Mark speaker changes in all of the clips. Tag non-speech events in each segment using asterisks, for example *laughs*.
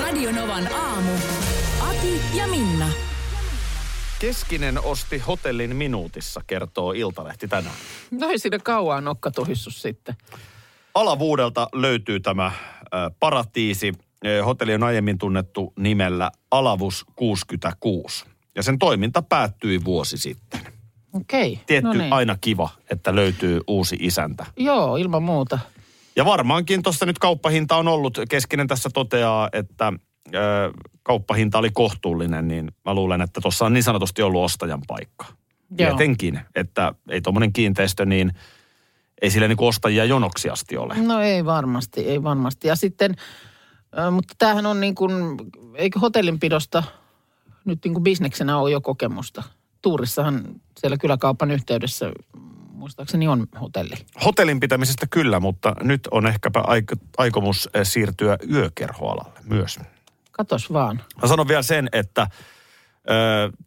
Speaker 1: Radionovan aamu. Ati ja Minna.
Speaker 2: Keskinen osti hotellin minuutissa, kertoo Iltalehti tänään.
Speaker 3: No ei siinä kauan nokka tohissut sitten.
Speaker 2: Alavuudelta löytyy tämä ö, paratiisi. Ö, Hotelli on aiemmin tunnettu nimellä Alavus 66. Ja sen toiminta päättyi vuosi sitten.
Speaker 3: Okei. Okay.
Speaker 2: Tietty
Speaker 3: no niin.
Speaker 2: aina kiva, että löytyy uusi isäntä.
Speaker 3: Joo, ilman muuta.
Speaker 2: Ja varmaankin tuossa nyt kauppahinta on ollut. Keskinen tässä toteaa, että ö, kauppahinta oli kohtuullinen, niin mä luulen, että tuossa on niin sanotusti ollut ostajan paikka.
Speaker 3: Joo.
Speaker 2: Tietenkin, että ei tuommoinen kiinteistö, niin ei sillä niin ostajia jonoksi asti ole.
Speaker 3: No ei varmasti, ei varmasti. Ja sitten, ö, mutta tämähän on niin kuin, eikö hotellinpidosta nyt niin kuin bisneksenä ole jo kokemusta? Tuurissahan siellä kyläkaupan yhteydessä muistaakseni on hotelli.
Speaker 2: Hotellin pitämisestä kyllä, mutta nyt on ehkäpä aik- aikomus eh, siirtyä yökerhoalalle myös.
Speaker 3: Katos vaan.
Speaker 2: Mä sanon vielä sen, että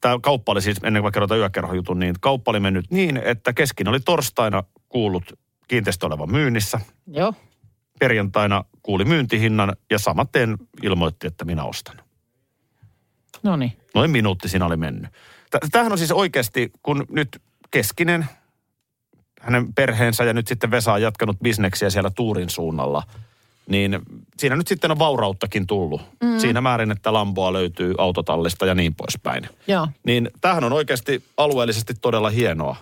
Speaker 2: tämä kauppa oli siis, ennen kuin mä kerrotaan yökerhojutun, niin kauppa oli mennyt niin, että keskin oli torstaina kuullut kiinteistö olevan myynnissä.
Speaker 3: Joo.
Speaker 2: Perjantaina kuuli myyntihinnan ja samaten ilmoitti, että minä ostan.
Speaker 3: No niin.
Speaker 2: Noin minuutti siinä oli mennyt. Tä- Tämähän on siis oikeasti, kun nyt Keskinen, hänen perheensä ja nyt sitten Vesa on jatkanut bisneksiä siellä Tuurin suunnalla, niin siinä nyt sitten on vaurauttakin tullut. Mm. Siinä määrin, että Lamboa löytyy autotallista ja niin poispäin.
Speaker 3: Joo.
Speaker 2: Niin tämähän on oikeasti alueellisesti todella hienoa,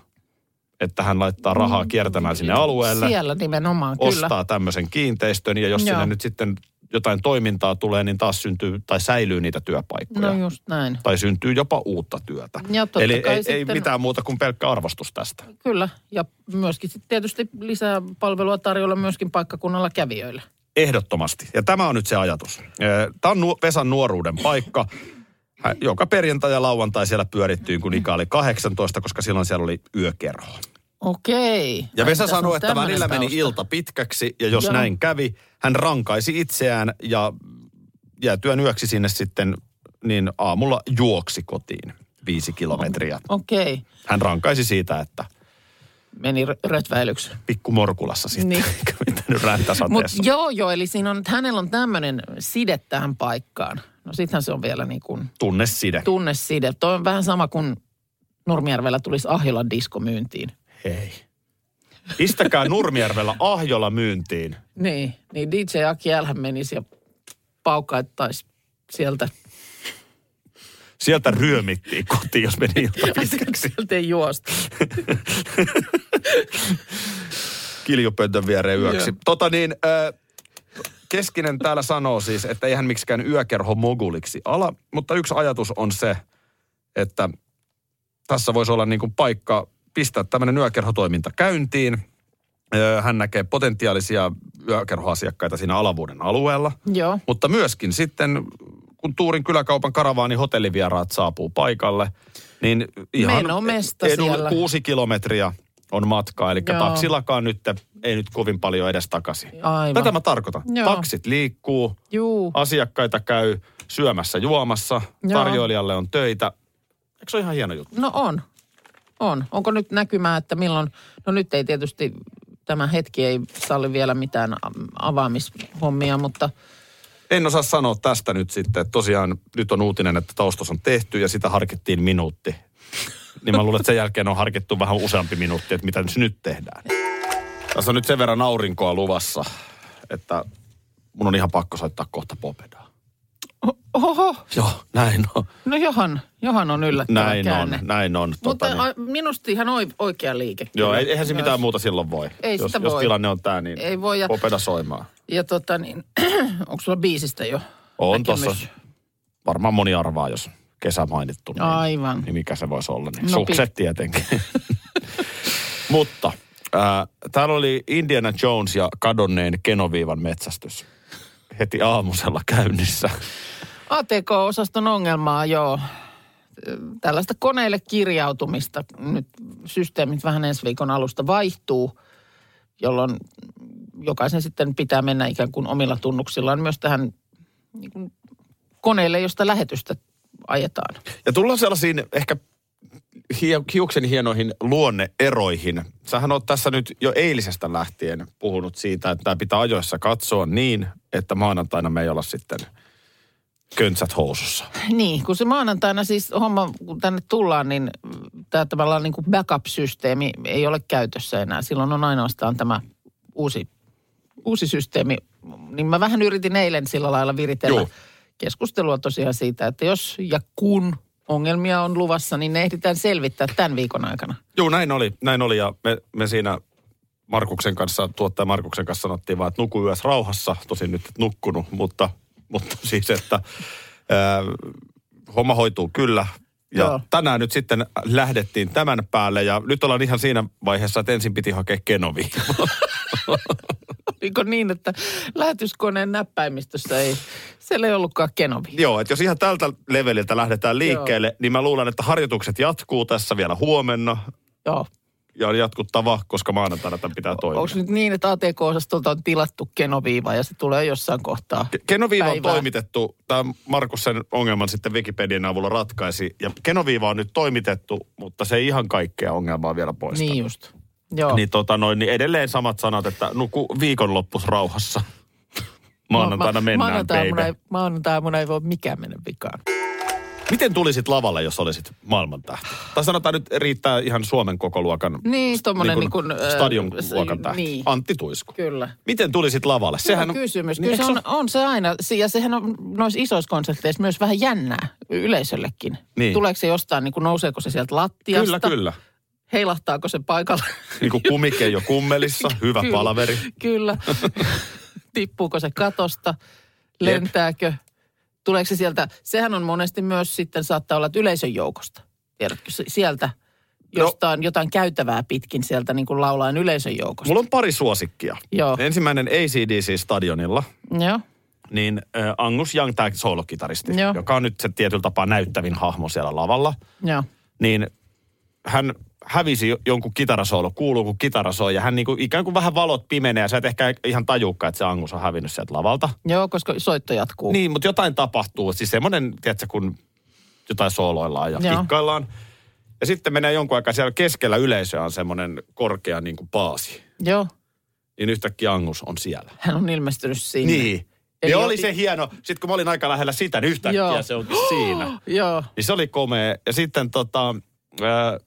Speaker 2: että hän laittaa rahaa kiertämään sinne alueelle,
Speaker 3: Mm. Siellä nimenomaan, kyllä.
Speaker 2: ostaa tämmöisen kiinteistön ja jos
Speaker 3: Joo.
Speaker 2: sinne nyt sitten jotain toimintaa tulee, niin taas syntyy tai säilyy niitä työpaikkoja
Speaker 3: No just näin.
Speaker 2: tai syntyy jopa uutta työtä.
Speaker 3: Ja totta
Speaker 2: Eli
Speaker 3: kai
Speaker 2: ei, ei
Speaker 3: sitten-
Speaker 2: mitään muuta kuin pelkkä arvostus tästä.
Speaker 3: Kyllä, ja myöskin sit tietysti lisää palvelua tarjolla myöskin paikkakunnalla kävijöillä.
Speaker 2: Ehdottomasti. Ja tämä on nyt se ajatus. Tämä on nuo- Vesan nuoruuden paikka. Hän- Joka perjantai ja lauantai siellä pyörittyy, kun ikä oli 18, koska silloin siellä oli yökerho.
Speaker 3: Okei.
Speaker 2: Ja
Speaker 3: Ai,
Speaker 2: Vesa
Speaker 3: tässä on
Speaker 2: sanoi, että
Speaker 3: tämmönen
Speaker 2: välillä meni
Speaker 3: tausta.
Speaker 2: ilta pitkäksi ja jos
Speaker 3: Joo.
Speaker 2: näin kävi, hän rankaisi itseään ja jäätyön yöksi sinne sitten niin aamulla juoksi kotiin viisi kilometriä.
Speaker 3: Okei,
Speaker 2: Hän rankaisi siitä, että
Speaker 3: meni rö- rötväilyksi.
Speaker 2: pikku morkulassa sitten, niin.
Speaker 3: Niin.
Speaker 2: *laughs* eikä mitään
Speaker 3: Mut
Speaker 2: räntäsateessa.
Speaker 3: joo, joo, eli siinä on, että hänellä on tämmöinen side tähän paikkaan. No sittenhän se on vielä niin kuin
Speaker 2: Tunne side.
Speaker 3: tunneside. Toi on vähän sama kuin Nurmijärvellä tulisi Ahjolan disko myyntiin.
Speaker 2: Hei. Pistäkää Nurmijärvellä Ahjola myyntiin.
Speaker 3: Niin, niin DJ Aki Älhän menisi ja paukaittaisi sieltä.
Speaker 2: Sieltä ryömittiin kotiin, jos meni ilta pitkäksi.
Speaker 3: sieltä ei juosta.
Speaker 2: *laughs* Kiljupöntön viereen yöksi.
Speaker 3: Joo.
Speaker 2: Tota niin, ö, Keskinen täällä sanoo siis, että ei hän miksikään yökerho moguliksi ala, mutta yksi ajatus on se, että tässä voisi olla niin kuin paikka pistää tämmöinen yökerhotoiminta käyntiin. Ö, Hän näkee potentiaalisia yökerhoasiakkaita siinä alavuuden alueella.
Speaker 3: Joo,
Speaker 2: Mutta myöskin sitten, kun Tuurin kyläkaupan karavaani hotellivieraat saapuu paikalle, niin ihan
Speaker 3: Meillä on mesta siellä.
Speaker 2: kuusi kilometriä on matkaa. Eli
Speaker 3: Joo.
Speaker 2: taksillakaan nyt ei nyt kovin paljon edes takaisin.
Speaker 3: aivan.
Speaker 2: Tätä mä tarkoitan.
Speaker 3: Joo.
Speaker 2: Taksit liikkuu,
Speaker 3: Juu.
Speaker 2: asiakkaita käy syömässä, juomassa,
Speaker 3: Joo.
Speaker 2: tarjoilijalle on töitä. Eikö se ole ihan hieno juttu?
Speaker 3: No on. On. Onko nyt näkymää, että milloin, no nyt ei tietysti tämä hetki ei salli vielä mitään a- avaamishommia, mutta
Speaker 2: En osaa sanoa tästä nyt sitten. että Tosiaan nyt on uutinen, että taustas on tehty ja sitä harkittiin minuutti. Niin mä luulen, että sen jälkeen on harkittu vähän useampi minuutti, että mitä nyt tehdään. Tässä on nyt sen verran aurinkoa luvassa, että mun on ihan pakko soittaa kohta popedaa.
Speaker 3: oho,
Speaker 2: Joo, näin on.
Speaker 3: no johan, johan on yllättävä
Speaker 2: Näin on,
Speaker 3: käänne.
Speaker 2: näin on.
Speaker 3: Mutta
Speaker 2: Tota, niin.
Speaker 3: a, minusta ihan oi- oikea liike.
Speaker 2: Joo,
Speaker 3: kyllä.
Speaker 2: ei- eihän se mitään muuta silloin voi.
Speaker 3: Ei
Speaker 2: jos,
Speaker 3: sitä
Speaker 2: jos
Speaker 3: voi.
Speaker 2: tilanne on tää, niin
Speaker 3: Ei voi ja-
Speaker 2: popeda soimaan.
Speaker 3: Ja tota niin, *clears throat* onko sulla biisistä jo
Speaker 2: On
Speaker 3: näkemys?
Speaker 2: tossa. Varmaan moni arvaa, jos kesä mainittu. Niin.
Speaker 3: Aivan.
Speaker 2: niin mikä se voisi olla. Niin
Speaker 3: No,
Speaker 2: Sukset
Speaker 3: pi-
Speaker 2: tietenkin. *laughs* Mutta äh, täällä oli Indiana Jones ja kadonneen kenoviivan metsästys. heti aamusella käynnissä.
Speaker 3: ATK-osaston ongelmaa, joo. Tällaista koneelle kirjautumista. Nyt systeemit vähän ensi viikon alusta vaihtuu, jolloin jokaisen sitten pitää mennä ikään kuin omilla tunnuksillaan myös tähän niin kuin koneelle, josta lähetystä ajetaan.
Speaker 2: Ja tullaan sellaisiin ehkä hie- hiuksen hienoihin luonneeroihin. Sähän oot tässä nyt jo eilisestä lähtien puhunut siitä, että tämä pitää ajoissa katsoa niin, että maanantaina me ei olla sitten köntsät housussa.
Speaker 3: Niin, kun se maanantaina siis homma, kun tänne tullaan, niin tämä tavallaan niin kuin backup-systeemi ei ole käytössä enää. Silloin on ainoastaan tämä uusi, uusi systeemi. Niin mä vähän yritin eilen sillä lailla viritellä
Speaker 2: Joo.
Speaker 3: keskustelua tosiaan siitä, että jos ja kun ongelmia on luvassa, niin ne ehditään selvittää tämän viikon aikana. *laughs*
Speaker 2: Joo, näin oli, näin oli ja me, me siinä Markuksen kanssa, tuottaja Markuksen kanssa sanottiin vaan, että nuku yössä rauhassa. Tosin nyt et nukkunut, mutta, mutta *laughs* siis, että ää, homma hoituu kyllä. Ja
Speaker 3: Joo.
Speaker 2: Joo. tänään nyt sitten lähdettiin tämän päälle ja nyt ollaan ihan siinä vaiheessa, että ensin piti hakea Kenovi. *laughs*
Speaker 3: Oliko niin, että lähetyskoneen näppäimistössä ei, siellä ei ollutkaan Kenobi.
Speaker 2: Joo, että jos ihan tältä leveliltä lähdetään liikkeelle, Joo. niin mä luulen, että harjoitukset jatkuu tässä vielä huomenna
Speaker 3: Joo.
Speaker 2: ja on jatkuttava, koska maanantaina tämän pitää toimia.
Speaker 3: Onko nyt niin, että ATK-osastolta on tilattu Kenoviiva ja se tulee jossain kohtaa?
Speaker 2: Ke- Kenoviiva on
Speaker 3: päivää.
Speaker 2: toimitettu, tämä Markus sen ongelman sitten Wikipedian avulla ratkaisi, ja Kenoviiva on nyt toimitettu, mutta se ei ihan kaikkea ongelmaa vielä poista.
Speaker 3: Niin just. Joo.
Speaker 2: Niin, tota noin, niin edelleen samat sanat, että nuku viikonloppus rauhassa. Maanantaina mennään,
Speaker 3: maanantaina ei,
Speaker 2: baby.
Speaker 3: maanantaina ei voi mikään mennä vikaan.
Speaker 2: Miten tulisit lavalle, jos olisit maailmantähti? Tai sanotaan nyt riittää ihan Suomen koko luokan
Speaker 3: Niin, tommonen niin kuin... äh,
Speaker 2: stadion
Speaker 3: s-
Speaker 2: luokan tähti.
Speaker 3: Niin,
Speaker 2: Antti Tuisku.
Speaker 3: kyllä.
Speaker 2: Miten tulisit lavalle? Niin,
Speaker 3: Sehän on kysymys. Kyllä se
Speaker 2: eikö
Speaker 3: on, on se aina, Se- ja sehän on noissa isoissa konserteissa myös vähän jännää yleisöllekin.
Speaker 2: Niin.
Speaker 3: Tuleeko se jostain, niin kuin nouseeko se sieltä lattiasta?
Speaker 2: Kyllä, kyllä.
Speaker 3: Heilahtaako se paikalle?
Speaker 2: Niin kuin kumike jo
Speaker 3: *laughs*
Speaker 2: kummelissa, hyvä
Speaker 3: Kyllä.
Speaker 2: palaveri. *laughs*
Speaker 3: Kyllä. Tippuuko se katosta? Lentääkö? Tuleeko se sieltä? Sehän on monesti myös sitten saattaa olla, että yleisön joukosta. Tiedätkö, se- sieltä
Speaker 2: No.
Speaker 3: jostain jotain käytävää pitkin sieltä niin kuin laulaen yleisön joukosta.
Speaker 2: Mulla on pari suosikkia.
Speaker 3: Joo.
Speaker 2: Ensimmäinen ACDC stadionilla,
Speaker 3: Joo.
Speaker 2: niin äh, Angus Young, tämä soolokitaristi,
Speaker 3: Joo.
Speaker 2: joka on nyt se tietyllä tapaa näyttävin hahmo siellä lavalla,
Speaker 3: Joo.
Speaker 2: niin hän hävisi jo- jonkun kitarasoolo, kuuluu kun kitara soi, ja hän niinku, ikään kuin vähän valot pimenee, ja sä et ehkä ihan tajuukaan, että se Angus on hävinnyt sieltä lavalta.
Speaker 3: Joo, koska soitto jatkuu.
Speaker 2: Niin, mutta jotain tapahtuu. Siis semmoinen, tiedätkö, kun jotain sooloillaan ja
Speaker 3: Joo.
Speaker 2: Joo. kikkaillaan. Ja sitten menee jonkun aikaa siellä keskellä yleisöä on semmoinen korkea niin kuin paasi.
Speaker 3: Joo.
Speaker 2: Niin yhtäkkiä Angus on siellä.
Speaker 3: Hän on ilmestynyt sinne.
Speaker 2: Niin.
Speaker 3: Eli
Speaker 2: Eli
Speaker 3: oli-
Speaker 2: oli se hieno. Sitten kun mä olin aika lähellä sitä, niin yhtäkkiä
Speaker 3: Joo.
Speaker 2: Joo. se onkin siinä.
Speaker 3: Joo.
Speaker 2: Niin se oli komea. Ja sitten tota, ää,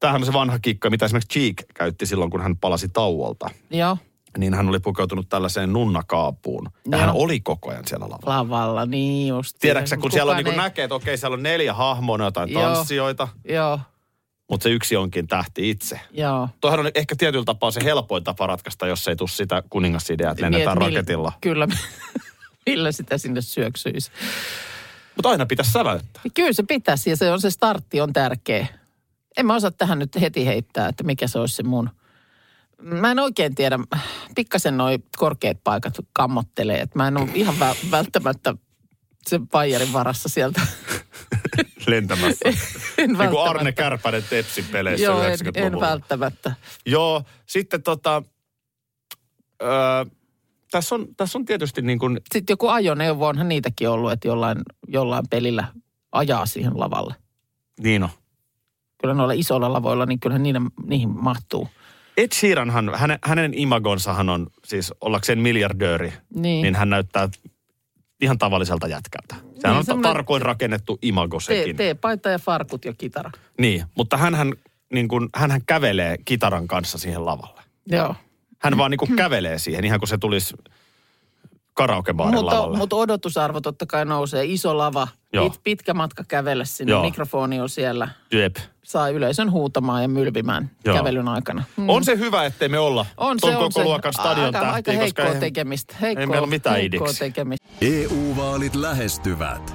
Speaker 2: tämähän on se vanha kikka, mitä esimerkiksi Cheek käytti silloin, kun hän palasi tauolta.
Speaker 3: Joo.
Speaker 2: Niin hän oli pukeutunut tällaiseen nunnakaapuun. Ja
Speaker 3: Joo.
Speaker 2: hän oli koko ajan siellä lavalla.
Speaker 3: Lavalla, niin just.
Speaker 2: Tiedätkö, sä, kun
Speaker 3: Kukaan
Speaker 2: siellä on, niin
Speaker 3: ei-
Speaker 2: kuin näkee, että okei, siellä on neljä hahmoa, ne on jotain
Speaker 3: Joo.
Speaker 2: tanssijoita,
Speaker 3: Joo,
Speaker 2: mutta se yksi onkin tähti itse.
Speaker 3: joo.
Speaker 2: Tuohan on ehkä tietyllä tapaa se helpoin tapa ratkaista, jos ei tule sitä kuningasideaa, että lennetään
Speaker 3: Niin, et mill-
Speaker 2: raketilla.
Speaker 3: Kyllä, *laughs* millä sitä sinne syöksyisi.
Speaker 2: Mutta aina pitäisi säväyttää.
Speaker 3: Niin Kyllä se pitäisi ja se on se startti on tärkeä. En mä osaa tähän nyt heti heittää, että mikä se olisi se mun. Mä en oikein tiedä, pikkasen noi korkeat paikat kammottelee, että mä en ole ihan vä- välttämättä sen paijarin varassa sieltä. *laughs*
Speaker 2: Lentämässä.
Speaker 3: En
Speaker 2: niin kuin
Speaker 3: välttämättä.
Speaker 2: Arne Kärpänen Tepsin peleissä
Speaker 3: Joo, en, en
Speaker 2: 90-luvulla.
Speaker 3: välttämättä.
Speaker 2: Joo, sitten tota, öö, tässä on, tässä on tietysti niin kuin,
Speaker 3: Sitten joku ajoneuvo, onhan niitäkin ollut, että jollain, jollain pelillä ajaa siihen lavalle.
Speaker 2: Niino.
Speaker 3: Kyllä noilla isoilla lavoilla, niin kyllähän niiden, niihin mahtuu.
Speaker 2: Ed Sheeranhan, hänen, hänen imagonsahan on siis ollakseen miljardööri,
Speaker 3: Niin.
Speaker 2: niin, niin hän näyttää ihan tavalliselta jätkältä. Sehän on
Speaker 3: Niin, semmoinen-
Speaker 2: tarkoin rakennettu imago
Speaker 3: Tee,
Speaker 2: sekin.
Speaker 3: tee paita ja farkut ja kitara.
Speaker 2: Niin, mutta hänhän, niin kuin, hänhän kävelee kitaran kanssa siihen lavalle.
Speaker 3: Joo.
Speaker 2: Hän vaan niin
Speaker 3: Mm.
Speaker 2: kuin kävelee siihen, ihan kuin se tulisi karaokebaarin
Speaker 3: Mutta,
Speaker 2: lavalle.
Speaker 3: mutta odotusarvo totta kai nousee. Iso lava,
Speaker 2: Joo.
Speaker 3: pit, pitkä matka kävellä sinne, Joo.
Speaker 2: Joo.
Speaker 3: mikrofoni on siellä.
Speaker 2: Jep.
Speaker 3: Saa yleisön huutamaan ja mylvimään Joo.
Speaker 2: Joo.
Speaker 3: kävelyn aikana. Mm.
Speaker 2: On se hyvä, ettei me olla
Speaker 3: on
Speaker 2: ton
Speaker 3: se,
Speaker 2: koko
Speaker 3: on se.
Speaker 2: luokan stadion
Speaker 3: aika,
Speaker 2: tähtiä,
Speaker 3: aika
Speaker 2: koska
Speaker 3: heikkoa
Speaker 2: eihän-
Speaker 3: tekemistä. Heikkoa,
Speaker 2: meillä ole mitään
Speaker 3: heikkoa
Speaker 2: idiksiä.
Speaker 3: tekemistä.
Speaker 4: EU-vaalit E lähestyvät.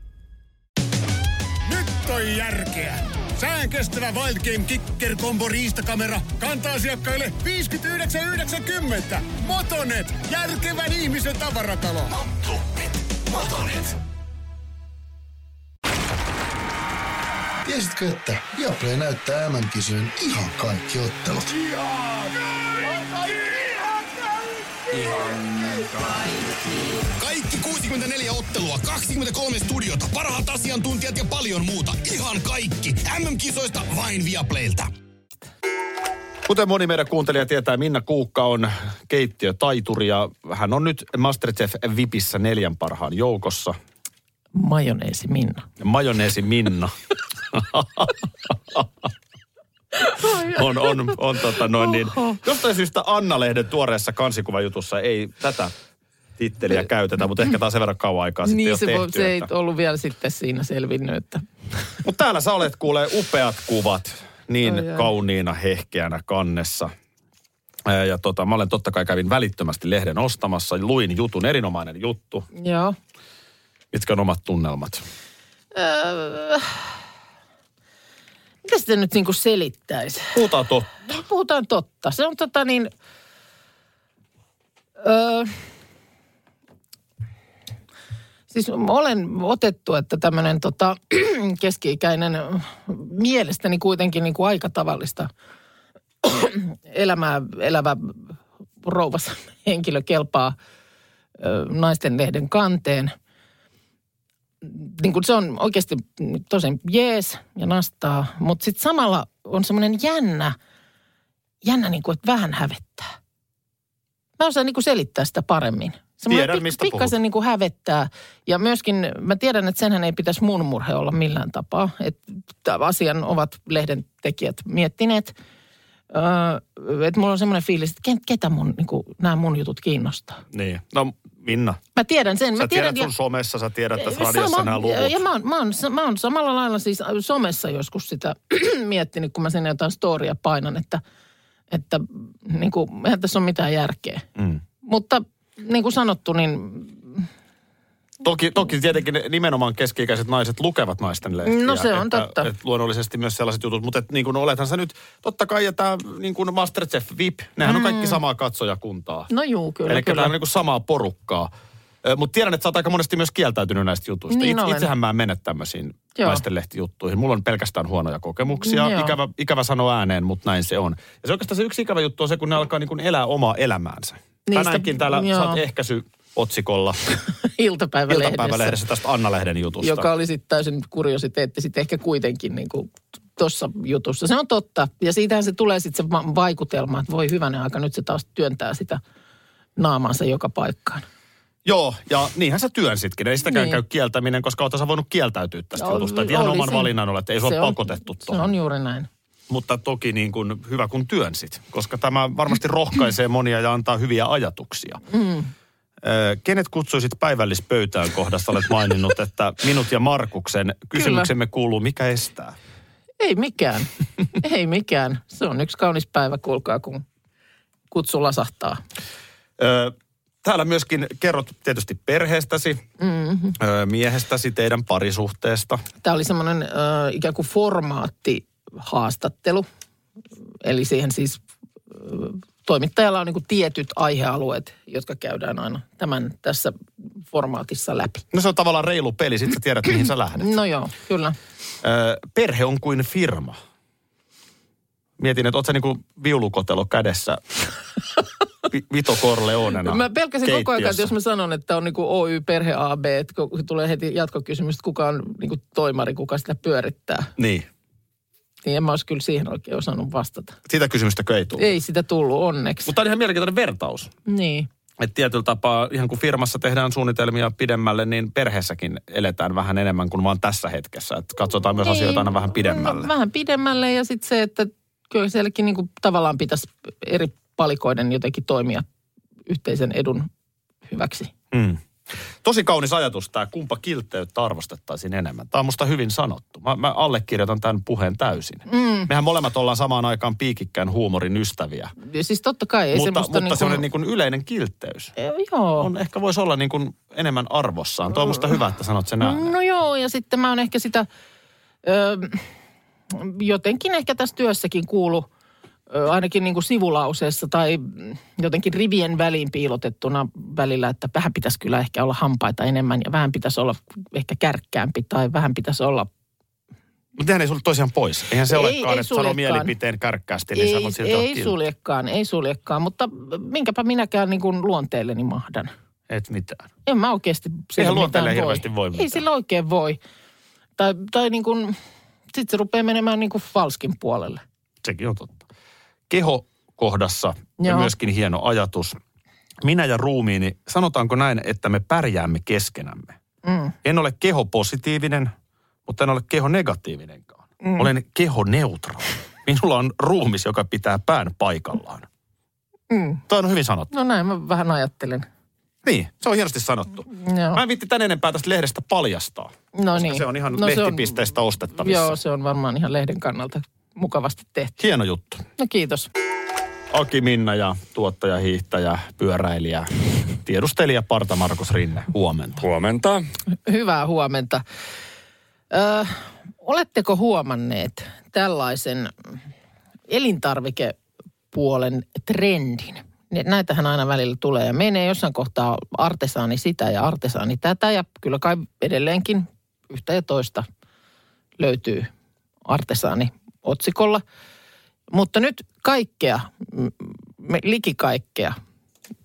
Speaker 5: Nyt on järkeä. Sään kestävä Wild Game Kicker Combo riistakamera kantaa asiakkaille 59,90. Motonet, järkevän ihmisen tavaratalo.
Speaker 6: Tiesitkö, että Viaplay näyttää MM-kisojen ihan kaikki ottelut?
Speaker 7: Kaikki 64 ottelua, 23 studiota, parhaat asiantuntijat ja paljon muuta. Ihan kaikki. MM-kisoista vain Viaplaylta.
Speaker 2: Kuten moni meidän kuuntelija tietää, Minna Kuukka on keittiötaituri ja hän on nyt Masterchef VIPissä neljän parhaan joukossa.
Speaker 3: Majoneesi Minna.
Speaker 2: Majoneesi
Speaker 3: *laughs*
Speaker 2: Minna *laughs* on, on, on tota noin niin. Jostain syystä Anna-lehden tuoreessa kansikuvajutussa ei tätä titteliä käytetä, mutta ehkä taas sen verran kauan aikaa sitten
Speaker 3: niin
Speaker 2: jo
Speaker 3: se,
Speaker 2: tehty.
Speaker 3: voi, se ei
Speaker 2: että-
Speaker 3: ollut vielä sitten siinä selvinnyt, että
Speaker 2: Mutta täällä sä olet kuulee upeat kuvat niin
Speaker 3: Ai ai.
Speaker 2: kauniina hehkeänä kannessa. Ää, Ja tota, mä olen totta kai kävin välittömästi lehden ostamassa, luin jutun, erinomainen juttu.
Speaker 3: joo.
Speaker 2: Mitkä on omat tunnelmat?
Speaker 3: Öö, mitä sitä nyt niin kuin selittäisi?
Speaker 2: Puhutaan totta.
Speaker 3: No, puhutaan totta. Se on tota niin... Öö, siis olen otettu, että tämmöinen tota, *clears throat* keski-ikäinen mielestäni kuitenkin niin kuin aika tavallista *clears throat* elämää elävä rouvas *laughs* henkilö kelpaa ö, naisten lehden kanteen. Niin kuin se on oikeasti tosi jees ja nastaa, mutta sitten samalla on semmoinen jännä – jännä, niin kuin, että vähän hävettää. Mä osaan niin kuin selittää sitä paremmin. Semmoinen
Speaker 2: Tiedän, mistä puhut.
Speaker 3: pikkasen niin kuin hävettää. Ja myöskin mä tiedän, että senhän ei pitäisi mun murhe olla millään tapaa. Että asian ovat lehden tekijät miettineet. Öö, että mulla on semmoinen fiilis, että ken- ketä mun, niin kuin, nämä mun jutut kiinnostaa.
Speaker 2: Niin. No Minna,
Speaker 3: Mä tiedän sen.
Speaker 2: sä
Speaker 3: mä tiedän,
Speaker 2: tiedät sun somessa, sä tiedät tässä
Speaker 3: Sama-
Speaker 2: radiossa nämä luvut.
Speaker 3: Ja mä oon, mä, oon, mä oon samalla lailla siis somessa joskus sitä *clears throat* miettinyt, kun mä sinne jotain storia painan, että, että niin kuin, eihän tässä ole mitään järkeä.
Speaker 2: Mm.
Speaker 3: Mutta niin kuin sanottu, niin
Speaker 2: Toki, toki tietenkin nimenomaan keski-ikäiset naiset lukevat naisten lehtiä.
Speaker 3: No se on
Speaker 2: että,
Speaker 3: totta.
Speaker 2: Että luonnollisesti myös sellaiset jutut, mutta et, niin kuin olethan sä nyt, totta kai ja tämä niin kuin Masterchef VIP, nehän mm. on kaikki samaa katsojakuntaa.
Speaker 3: no juu, kyllä,
Speaker 2: Eli
Speaker 3: kyllä.
Speaker 2: on niin kuin samaa porukkaa. Mutta tiedän, että sä oot aika monesti myös kieltäytynyt näistä jutuista.
Speaker 3: Niin
Speaker 2: It,
Speaker 3: olen.
Speaker 2: itsehän mä en mene tämmöisiin
Speaker 3: Joo.
Speaker 2: naisten lehtijuttuihin. Mulla on pelkästään huonoja kokemuksia.
Speaker 3: Joo.
Speaker 2: Ikävä, ikävä sanoa ääneen, mutta näin se on. Ja se oikeastaan se yksi ikävä juttu on se, kun ne alkaa niin kuin elää omaa elämäänsä.
Speaker 3: Niistä-
Speaker 2: Tänäänkin täällä
Speaker 3: joo.
Speaker 2: sä oot ehkäisy otsikolla
Speaker 3: *laughs* Iltapäivälehdessä,
Speaker 2: iltapäivälehdessä tästä Anna-lehden jutusta.
Speaker 3: joka oli sitten täysin kuriositeetti sitten ehkä kuitenkin niin kuin tuossa jutussa. Se on totta. Ja siitähän se tulee sitten se va- vaikutelma, että voi hyvänä aika, nyt se taas työntää sitä naamansa joka paikkaan.
Speaker 2: Joo, ja niinhän sä työnsitkin. Ei sitäkään
Speaker 3: Niin.
Speaker 2: käy kieltäminen, koska oot sä voinut kieltäytyä tästä
Speaker 3: No,
Speaker 2: jutusta. Et ihan
Speaker 3: oli
Speaker 2: oman
Speaker 3: se.
Speaker 2: valinnan olet, ei
Speaker 3: Se
Speaker 2: sua
Speaker 3: on-
Speaker 2: pakotettu
Speaker 3: Se
Speaker 2: tuohon.
Speaker 3: on juuri näin.
Speaker 2: Mutta toki niin kuin hyvä kun työnsit, koska tämä varmasti rohkaisee monia ja antaa hyviä ajatuksia. Mm. Kenet kutsuisit päivällispöytään kohdassa? Olet maininnut, että minut ja Markuksen kysymyksemme kuuluu, mikä estää?
Speaker 3: Ei
Speaker 2: *laughs*
Speaker 3: mikään. Ei mikään. Se on yksi kaunis päivä, kuulkaa, kun kutsu lasahtaa.
Speaker 2: Ö, Täällä myöskin kerrot tietysti perheestäsi, mm-hmm. miehestäsi, teidän parisuhteesta.
Speaker 3: Tämä oli semmoinen ö, ikään kuin formaattihaastattelu. Eli siihen siis ö, toimittajalla on niin kuin tietyt aihealueet, jotka käydään aina tämän tässä formaatissa läpi.
Speaker 2: No se on tavallaan reilu peli, sit sä tiedät mihin sä lähdet.
Speaker 3: No joo, kyllä.
Speaker 2: Ö, perhe on kuin firma. Mietin, että oot sä niinku viulukotelo
Speaker 3: *laughs*
Speaker 2: kädessä Vi- Vito Corleonena
Speaker 3: No, Mä pelkäsin koko ajan, että
Speaker 2: keittiössä.
Speaker 3: jos mä sanon, että on niin kuin Oy Perhe AB, että kun tulee heti jatkokysymys, että kuka on niin kuin toimari, kuka sitä pyörittää.
Speaker 2: Niin,
Speaker 3: Niin en mä olisi kyllä siihen oikein osannut vastata.
Speaker 2: sitä kysymystäkö ei tule.
Speaker 3: Ei sitä tullut onneksi.
Speaker 2: Mutta tämä on ihan mielenkiintoinen vertaus.
Speaker 3: Niin.
Speaker 2: että tietyllä tapaa, ihan kun firmassa tehdään suunnitelmia pidemmälle, niin perheessäkin eletään vähän enemmän kuin vaan tässä hetkessä. Että katsotaan
Speaker 3: Niin.
Speaker 2: myös asioita aina vähän pidemmälle.
Speaker 3: Vähän pidemmälle ja sitten se, että kyllä sielläkin niin kuin tavallaan pitäisi eri palikoiden jotenkin toimia yhteisen edun hyväksi.
Speaker 2: Mm. Tosi kaunis ajatus tämä, kumpa kiltteyttä arvostettaisiin enemmän. Tämä on musta hyvin sanottu. Mä, mä allekirjoitan tämän puheen täysin. Mm. Mehän molemmat ollaan samaan aikaan piikikkään huumorin ystäviä.
Speaker 3: Ja Siis totta kai ei
Speaker 2: mutta
Speaker 3: se musta niinku-
Speaker 2: mutta niin semmoinen niin kuin yleinen kiltteys
Speaker 3: Eh, Joo.
Speaker 2: on ehkä voisi olla niin kuin enemmän arvossaan. Tuo on musta hyvä, että sanot sen ääneen.
Speaker 3: No joo, ja sitten mä oon ehkä sitä, ö, jotenkin ehkä tässä työssäkin kuulu, ö, ainakin niin kuin sivulauseessa tai mm, jotenkin rivien väliin piilotettuna välillä, että vähän pitäisi kyllä ehkä olla hampaita enemmän ja vähän pitäisi olla ehkä kärkkäämpi tai vähän pitäisi olla
Speaker 2: Mutta nehän ei sulje toisiaan pois. Eihän se
Speaker 3: Ei,
Speaker 2: olekaan,
Speaker 3: ei
Speaker 2: että sanoo
Speaker 3: suljekaan.
Speaker 2: mielipiteen kärkkäästi, niin sä voit silti olla
Speaker 3: ei
Speaker 2: kiltti.
Speaker 3: suljekaan, ei suljekaan, mutta minkäpä minäkään niin kuin luonteelleni mahdan.
Speaker 2: Et mitään.
Speaker 3: En mä oikeasti sille
Speaker 2: Eihän
Speaker 3: mitään
Speaker 2: luonteelle hirveästi voi
Speaker 3: Ei
Speaker 2: mitään.
Speaker 3: sillä oikein voi. Tai, tai niin kuin, sit se rupeaa menemään niin kuin falskin puolelle.
Speaker 2: Sekin on totta. Kehokohdassa ja
Speaker 3: Joo.
Speaker 2: myöskin hieno ajatus. Minä ja ruumiini, sanotaanko näin, että me pärjäämme keskenämme.
Speaker 3: Mm.
Speaker 2: En ole kehopositiivinen, mutta en ole kehonegatiivinenkaan. Mm. Olen kehoneutraali. Minulla on ruumis, joka pitää pään paikallaan.
Speaker 3: Mm.
Speaker 2: Toi on hyvin sanottu.
Speaker 3: No näin mä vähän ajattelen.
Speaker 2: Niin, se on hienosti sanottu.
Speaker 3: Joo.
Speaker 2: Mä en vitti tän enempää tästä lehdestä paljastaa.
Speaker 3: no
Speaker 2: koska
Speaker 3: niin.
Speaker 2: se on ihan
Speaker 3: no, se on-
Speaker 2: lehtipisteistä ostettavissa.
Speaker 3: Joo, se on varmaan ihan lehden kannalta mukavasti tehty.
Speaker 2: Hieno juttu.
Speaker 3: No kiitos.
Speaker 2: Aki Minna ja tuottaja, hiihtäjä, pyöräilijä, tiedustelija Parta Markus Rinne. Huomenta.
Speaker 8: Huomenta.
Speaker 3: Hyvää huomenta. Ö, oletteko huomanneet tällaisen elintarvikepuolen trendin? Ne- Näitähän aina välillä tulee ja menee jossain kohtaa artesaani sitä ja artesaani tätä ja kyllä kai edelleenkin yhtä ja toista löytyy artesaani otsikolla. Mutta nyt kaikkea, m- me- liki kaikkea,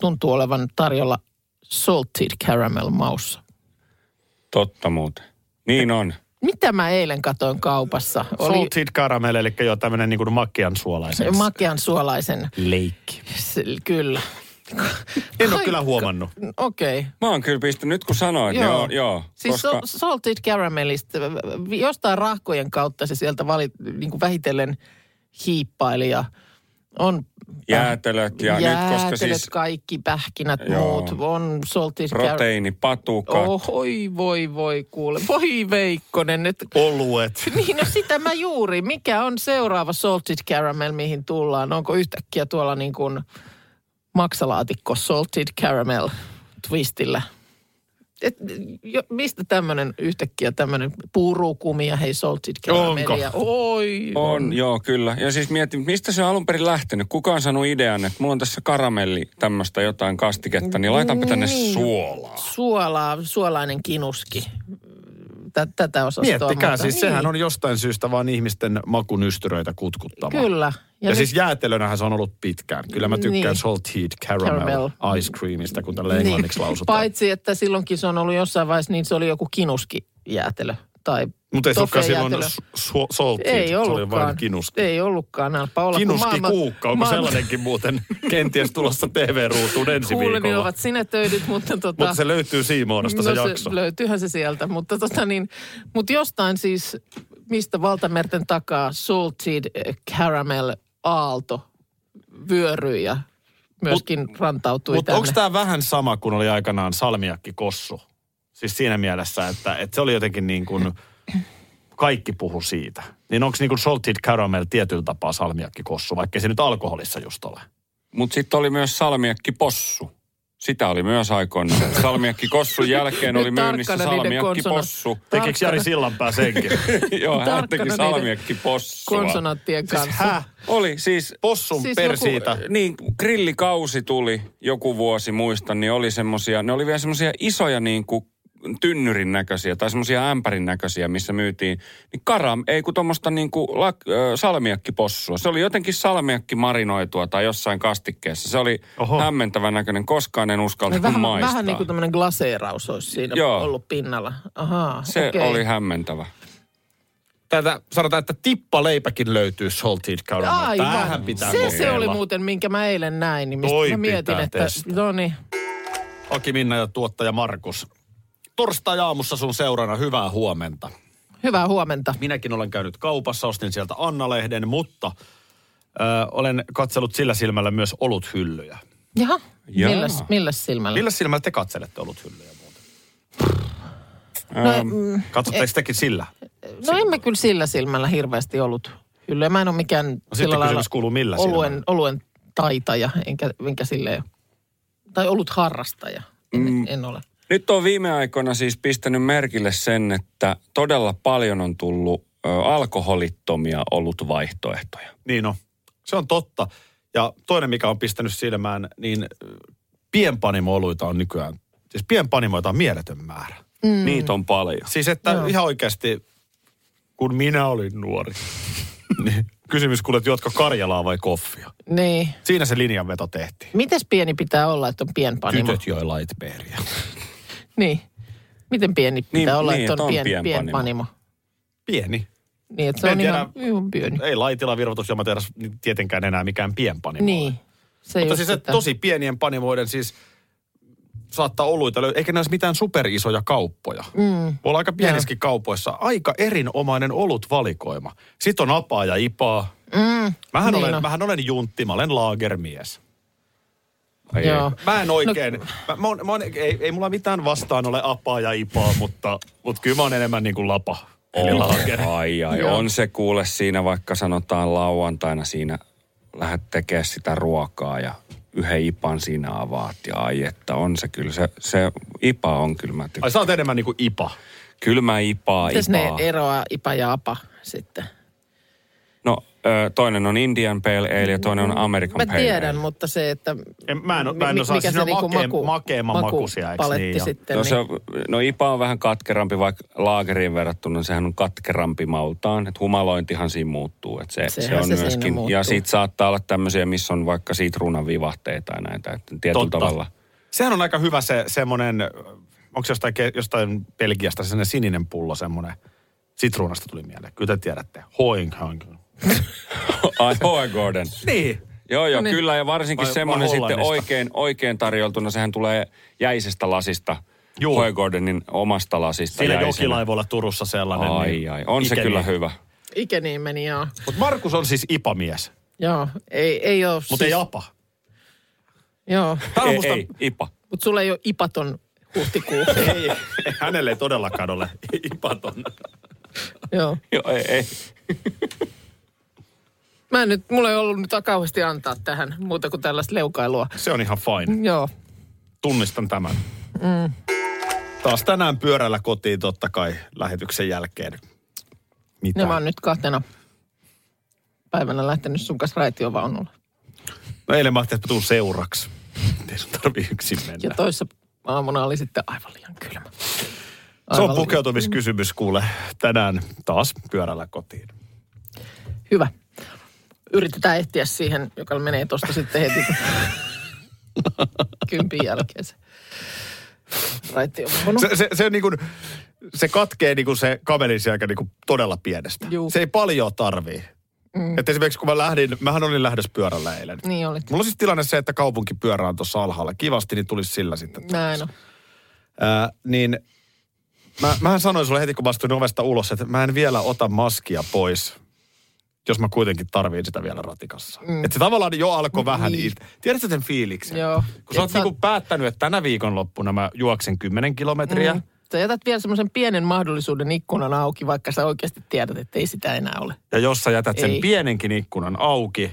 Speaker 3: tuntuu olevan tarjolla salted caramel maussa.
Speaker 8: Totta muuten. Niin on.
Speaker 3: Mitä mä eilen katoin kaupassa? Oli
Speaker 2: Salted caramel, eli jo tämmöinen niin makian suolaisen
Speaker 3: makean suolaisen.
Speaker 2: leikki.
Speaker 3: S- Kyllä. *laughs*
Speaker 2: En ole kyllä huomannut.
Speaker 3: Okei. Okay.
Speaker 8: Mä oon kyllä pistänyt, nyt kun sanoit, joo. niin on, joo.
Speaker 3: Siis
Speaker 8: koska
Speaker 3: koska... salted caramelista, v- jostain rahkojen kautta se sieltä vali, niin kuin vähitellen hiippaili ja on
Speaker 8: jäätelöt ja nyt, koska
Speaker 3: jäätelöt,
Speaker 8: siis
Speaker 3: kaikki, pähkinät,
Speaker 8: Joo.
Speaker 3: muut, on salted caramel.
Speaker 8: proteiinipatukat.
Speaker 3: Oh, oi, voi, voi, kuule. Voi Veikkonen, että
Speaker 2: Oluet.
Speaker 3: *laughs* Niin, no sitä mä juuri. Mikä on seuraava salted caramel, mihin tullaan? Onko yhtäkkiä tuolla niin kuin maksalaatikko salted caramel twistillä? Et, jo, mistä tämmöinen yhtäkkiä tämmöinen puurukumi ja hei salted caramel? ja- Oi.
Speaker 8: On, joo, kyllä. Ja siis mietin, mistä se on alun perin lähtenyt? Kuka on saanut idean, että mulla on tässä karamelli tämmöistä jotain kastiketta, niin laitaanpa tänne
Speaker 3: Niin.
Speaker 8: suolaa.
Speaker 3: Suolaa, suolainen kinuski. Tä- Tätä osastoa.
Speaker 2: Miettikää
Speaker 3: mutta-
Speaker 2: siis, sehän
Speaker 3: Niin,
Speaker 2: on jostain syystä vaan ihmisten makunystyröitä kutkuttava.
Speaker 3: Kyllä.
Speaker 2: Ja, ja siis jäätelönähän se on ollut pitkään. Kyllä mä tykkään
Speaker 3: Niin.
Speaker 2: salted caramel,
Speaker 3: Caramel. Niin.
Speaker 2: ice creamista, kun tällä englanniksi lausutaan.
Speaker 3: Paitsi, että silloinkin se on ollut jossain vaiheessa, niin se oli joku kinuskijäätelö. Tai
Speaker 2: Mutta ei se olekaan silloin
Speaker 3: toffeejäätelö.
Speaker 2: su- salted,
Speaker 3: Ei
Speaker 2: se oli
Speaker 3: ollutkaan.
Speaker 2: vain kinuski.
Speaker 3: Ei ollutkaan, alpa olla. kun
Speaker 2: Kinuski
Speaker 3: maailma-
Speaker 2: kuukka, onko
Speaker 3: maailma-
Speaker 2: sellainenkin muuten kenties tulossa TV-ruutuun ensi
Speaker 3: Kuule, niin
Speaker 2: viikolla?
Speaker 3: ovat sinetöidyt, mutta tota...
Speaker 2: Mutta se löytyy Siimoonasta se
Speaker 3: no
Speaker 2: jakso.
Speaker 3: löytyyhän se sieltä, mutta tota niin, mutta jostain siis, mistä valtamerten takaa salted eh, caramel aalto vyöryi ja myöskin rantautui
Speaker 2: Mutta
Speaker 3: tänne.
Speaker 2: onko tämä vähän sama kuin oli aikanaan salmiakki kossu? Siis siinä mielessä, että, että se oli jotenkin niin kuin, kaikki puhu siitä. Niin onko niin kuin salted caramel tietyllä tapaa salmiakki kossu, vaikkei se nyt alkoholissa just ole?
Speaker 8: Mutta sitten oli myös salmiakki possu. Sitä oli myös aikoinaan.
Speaker 3: *laughs*
Speaker 8: Salmiakki kossun jälkeen
Speaker 3: Nyt
Speaker 8: oli myynnissä
Speaker 3: tarkkana niiden
Speaker 8: salmiakki
Speaker 3: konsona-
Speaker 8: possu.
Speaker 2: Tekikö Jari Sillanpää
Speaker 3: *laughs*
Speaker 2: senkin?
Speaker 8: Joo, hän
Speaker 3: Tarkkana
Speaker 8: teki *laughs*
Speaker 3: niiden
Speaker 8: salmiakki possua.
Speaker 3: Konsonanttien
Speaker 2: Siis
Speaker 3: kanssa.
Speaker 2: Häh?
Speaker 8: Oli siis
Speaker 2: Possun siis
Speaker 3: Siis
Speaker 2: persiitä. Joku...
Speaker 8: Niin, grillikausi tuli joku vuosi, muistan, niin oli semmosia, ne oli vielä semmosia isoja niin kuin tynnyrin näköisiä tai semmosia ämpärin näköisiä, missä myytiin, niin karam, ei kun tuommoista niin kuin lak, ö, salmiakkipossua. Se oli jotenkin salmiakki marinoitua tai jossain kastikkeessa. Se oli
Speaker 2: Oho.
Speaker 8: Oho. hämmentävän näköinen, koskaan en uskaltanut
Speaker 3: vähän,
Speaker 8: maistaa.
Speaker 3: vähän niin kuin tämmöinen glaseeraus olisi siinä
Speaker 8: Joo.
Speaker 3: ollut pinnalla. Ahaa,
Speaker 8: se
Speaker 3: okei.
Speaker 8: oli hämmentävä.
Speaker 2: tätä, sanotaan, että tippaleipäkin löytyy salted caramel. Tämähän pitää
Speaker 3: se, se
Speaker 2: kokeilla.
Speaker 3: oli muuten, minkä mä eilen näin, niin mistä
Speaker 2: Toi
Speaker 3: mä mietin,
Speaker 2: pitää
Speaker 3: että
Speaker 2: testata.
Speaker 3: no niin,
Speaker 2: Aki Minna ja tuottaja Markus. Torstai-aamussa sun seurana hyvää huomenta.
Speaker 3: hyvää huomenta.
Speaker 2: Minäkin olen käynyt kaupassa, ostin sieltä Anna-lehden, mutta ö, olen katsellut sillä silmällä myös oluthyllyjä.
Speaker 3: Jaha,
Speaker 8: Jaa.
Speaker 3: milläs, milläs silmällä?
Speaker 2: Millä silmällä te katselette oluthyllyjä muuten?
Speaker 3: No,
Speaker 2: Ähm,
Speaker 3: mm,
Speaker 2: Katsotteko tekin sillä?
Speaker 3: no emme kyllä sillä silmällä hirveästi ollut. Kyllä mä en ole mikään no,
Speaker 2: sitten kysymys kuuluu, millä
Speaker 3: oluen,
Speaker 2: silmällä?
Speaker 3: oluen taitaja, enkä, enkä silleen, tai ollut harrastaja. En, mm. en ole.
Speaker 8: Nyt on viime aikoina siis pistänyt merkille sen, että todella paljon on tullut ö, alkoholittomia ollut vaihtoehtoja.
Speaker 2: Niin on. Se on totta. Ja toinen, mikä on pistänyt silmään, niin ö, pienpanimo-oluita on nykyään, siis pienpanimoita on mieletön määrä.
Speaker 8: Mm. Niitä on paljon.
Speaker 2: Siis että Joo. ihan oikeasti, kun minä olin nuori, *laughs* niin kysymys kuulee, että juotko Karjalaa vai koffia?
Speaker 3: Niin.
Speaker 2: Siinä se linjanveto tehtiin.
Speaker 3: Mites pieni pitää olla, että on pienpanimo?
Speaker 2: Tytöt joi lightbeeria.
Speaker 3: Niin. Miten pieni pitää
Speaker 8: Niin,
Speaker 3: olla,
Speaker 8: niin,
Speaker 3: että on, pien, pienpanimo.
Speaker 2: Pieni.
Speaker 3: Niin, että se
Speaker 2: En
Speaker 3: on
Speaker 2: tiedä.
Speaker 3: ihan, ihan pieni.
Speaker 2: Ei laitila, virvoitus, jomatehdas niin tietenkään enää mikään pienpanimo.
Speaker 3: Niin. Se
Speaker 2: Mutta
Speaker 3: just
Speaker 2: siis että
Speaker 3: sitä.
Speaker 2: tosi pienien panimoiden siis saattaa oluita löytyä. Eikä ne olisi mitään superisoja kauppoja. Mm. Voi olla aika pienissäkin kaupoissa. Aika erinomainen olutvalikoima. Sitten on apaa ja ipaa.
Speaker 3: Mm,
Speaker 2: Mähän,
Speaker 3: niin
Speaker 2: olen,
Speaker 3: on.
Speaker 2: mähän olen juntti, mä olen laagermies.
Speaker 8: Ai
Speaker 3: Joo.
Speaker 8: ei.
Speaker 2: Niin. Mä en oikein, no, mä, mä, oon- mä oon, ei, ei mulla mitään vastaan ole apaa ja ipaa, mutta, mutta kyllä mä oon enemmän niin kuin lapa. Eli
Speaker 8: On,
Speaker 2: laageri.
Speaker 8: ai, ai,
Speaker 3: Joo.
Speaker 8: on se kuule siinä, vaikka sanotaan lauantaina siinä, lähdet tekemään sitä ruokaa ja yhden ipan siinä avaat ja ai, että on se kyllä, se, se ipa on kyllä mä
Speaker 2: Ai
Speaker 8: tykkään.
Speaker 2: sä oot enemmän niin kuin ipa.
Speaker 8: Kylmä ipaa,
Speaker 3: Mites ne
Speaker 8: ipaa.
Speaker 3: eroaa ipa ja apa sitten?
Speaker 8: No ö, toinen on Indian Pale Ale ja toinen on American
Speaker 3: Mä
Speaker 8: Pale
Speaker 3: tiedän,
Speaker 8: Ale.
Speaker 3: mutta se, että...
Speaker 2: En- mä en-
Speaker 3: mi-
Speaker 2: mä en
Speaker 3: mi-
Speaker 2: osaa.
Speaker 3: mikä
Speaker 2: Siinä
Speaker 3: se
Speaker 2: on
Speaker 3: niinku
Speaker 2: makee-
Speaker 3: maku,
Speaker 2: makeamman makuisia, eiks
Speaker 3: paletti
Speaker 2: niin? Ja-
Speaker 3: sitten.
Speaker 8: No,
Speaker 3: niin.
Speaker 8: se, no IPA on vähän katkerampi, vaikka laageriin verrattuna niin sehän on katkerampi maultaan. Että humalointihan siinä muuttuu. Että se, se
Speaker 3: Sehän
Speaker 8: on
Speaker 3: se siinä
Speaker 8: myöskin, ja
Speaker 3: muuttuu.
Speaker 8: siitä saattaa olla tämmöisiä, missä on vaikka sitruunan vivahteita ja näitä. Että tietyllä
Speaker 2: Totta.
Speaker 8: tavalla. *laughs*
Speaker 2: Sehän on aika hyvä se semmoinen, onko se jostain, ke- jostain Belgiasta semmoinen sininen pullo semmoinen. Sitruunasta tuli mieleen, kyllä te tiedätte. Hoinghang.
Speaker 8: Ai, H. Gordon.
Speaker 2: Niin.
Speaker 8: Joo, joo,
Speaker 3: Niin.
Speaker 8: kyllä. Ja varsinkin
Speaker 2: Vai- vai
Speaker 8: semmoinen sitten
Speaker 2: Hollannista?
Speaker 8: oikein, oikein tarjoltuna. Sehän tulee jäisestä lasista.
Speaker 2: Juu.
Speaker 8: H. Gordonin omasta lasista
Speaker 2: Siinä
Speaker 8: jäisenä.
Speaker 2: jokilaivoilla Turussa sellainen.
Speaker 8: Ai,
Speaker 2: niin
Speaker 8: ai. On se
Speaker 2: ikäviä.
Speaker 8: kyllä hyvä.
Speaker 3: Ikeniin niin meni, joo.
Speaker 2: Mutta Markus on siis ipamies,
Speaker 3: Joo, ei, ei ole...
Speaker 2: mutta ei apa.
Speaker 3: Joo,
Speaker 2: Tää on
Speaker 8: Ei,
Speaker 2: musta-
Speaker 8: ei, IPA.
Speaker 3: mutta sulla ei ole ipaton
Speaker 2: *laughs*
Speaker 3: huhtikuu.
Speaker 2: Ei, ei, hänelle ei todellakaan ole ipaton.
Speaker 3: joo.
Speaker 8: Joo, ei, ei.
Speaker 3: Mä en nyt, mulla ei ollut nyt kauheasti antaa tähän muuta kuin tällaista leukailua.
Speaker 2: Se on ihan fine.
Speaker 3: Joo.
Speaker 2: Tunnistan tämän. Mm. Taas tänään pyörällä kotiin totta kai lähetyksen jälkeen. Mitä?
Speaker 3: No mä oon nyt kahtena päivänä lähtenyt sun kanssa raitiovaunulla.
Speaker 2: no eilen mä ajattelin, että mä tuun seuraksi. Ei sun tarvii yksin
Speaker 3: Ja
Speaker 2: mennä.
Speaker 3: toissa aamuna oli sitten aivan liian kylmä.
Speaker 2: Se
Speaker 3: Aivan
Speaker 2: on
Speaker 3: liian-
Speaker 2: pukeutumiskysymys kuule tänään taas pyörällä kotiin.
Speaker 3: Hyvä. Yritetään ehtiä siihen, joka menee tuosta sitten heti
Speaker 2: *laughs*
Speaker 3: kympin jälkeen se raitiovaunu.
Speaker 2: Se, se, se, on niin kuin, se katkee niin kuin se kamelin selkä niin kuin todella pienestä.
Speaker 3: Juu.
Speaker 2: Se ei paljon tarvii. Mm. Että esimerkiksi kun mä lähdin, mähän olin lähdössä pyörällä eilen.
Speaker 3: Niin olit.
Speaker 2: Mulla on siis tilanne se, että kaupunkipyörä on tuossa alhaalla. Kivasti, niin tulisi sillä sitten.
Speaker 3: Näin on.
Speaker 2: Ää, niin mä, mähän sanoin sulle heti, kun mä astuin ovesta ulos, että mä en vielä ota maskia pois, jos mä kuitenkin tarviin sitä vielä ratikassa. Mm. Että se tavallaan jo alkoi vähän
Speaker 3: Niin.
Speaker 2: niin. Tiedätkö sen fiiliksen?
Speaker 3: Joo.
Speaker 2: Kun sä oot
Speaker 3: Et sä-
Speaker 2: niinku päättänyt, että tänä viikonloppuna mä juoksen 10 kilometriä. Mm.
Speaker 3: Sä jätät vielä semmoisen pienen mahdollisuuden ikkunan auki, vaikka sä oikeasti tiedät, että ei sitä enää ole.
Speaker 2: Ja jos sä jätät sen
Speaker 3: Ei.
Speaker 2: pienenkin ikkunan auki,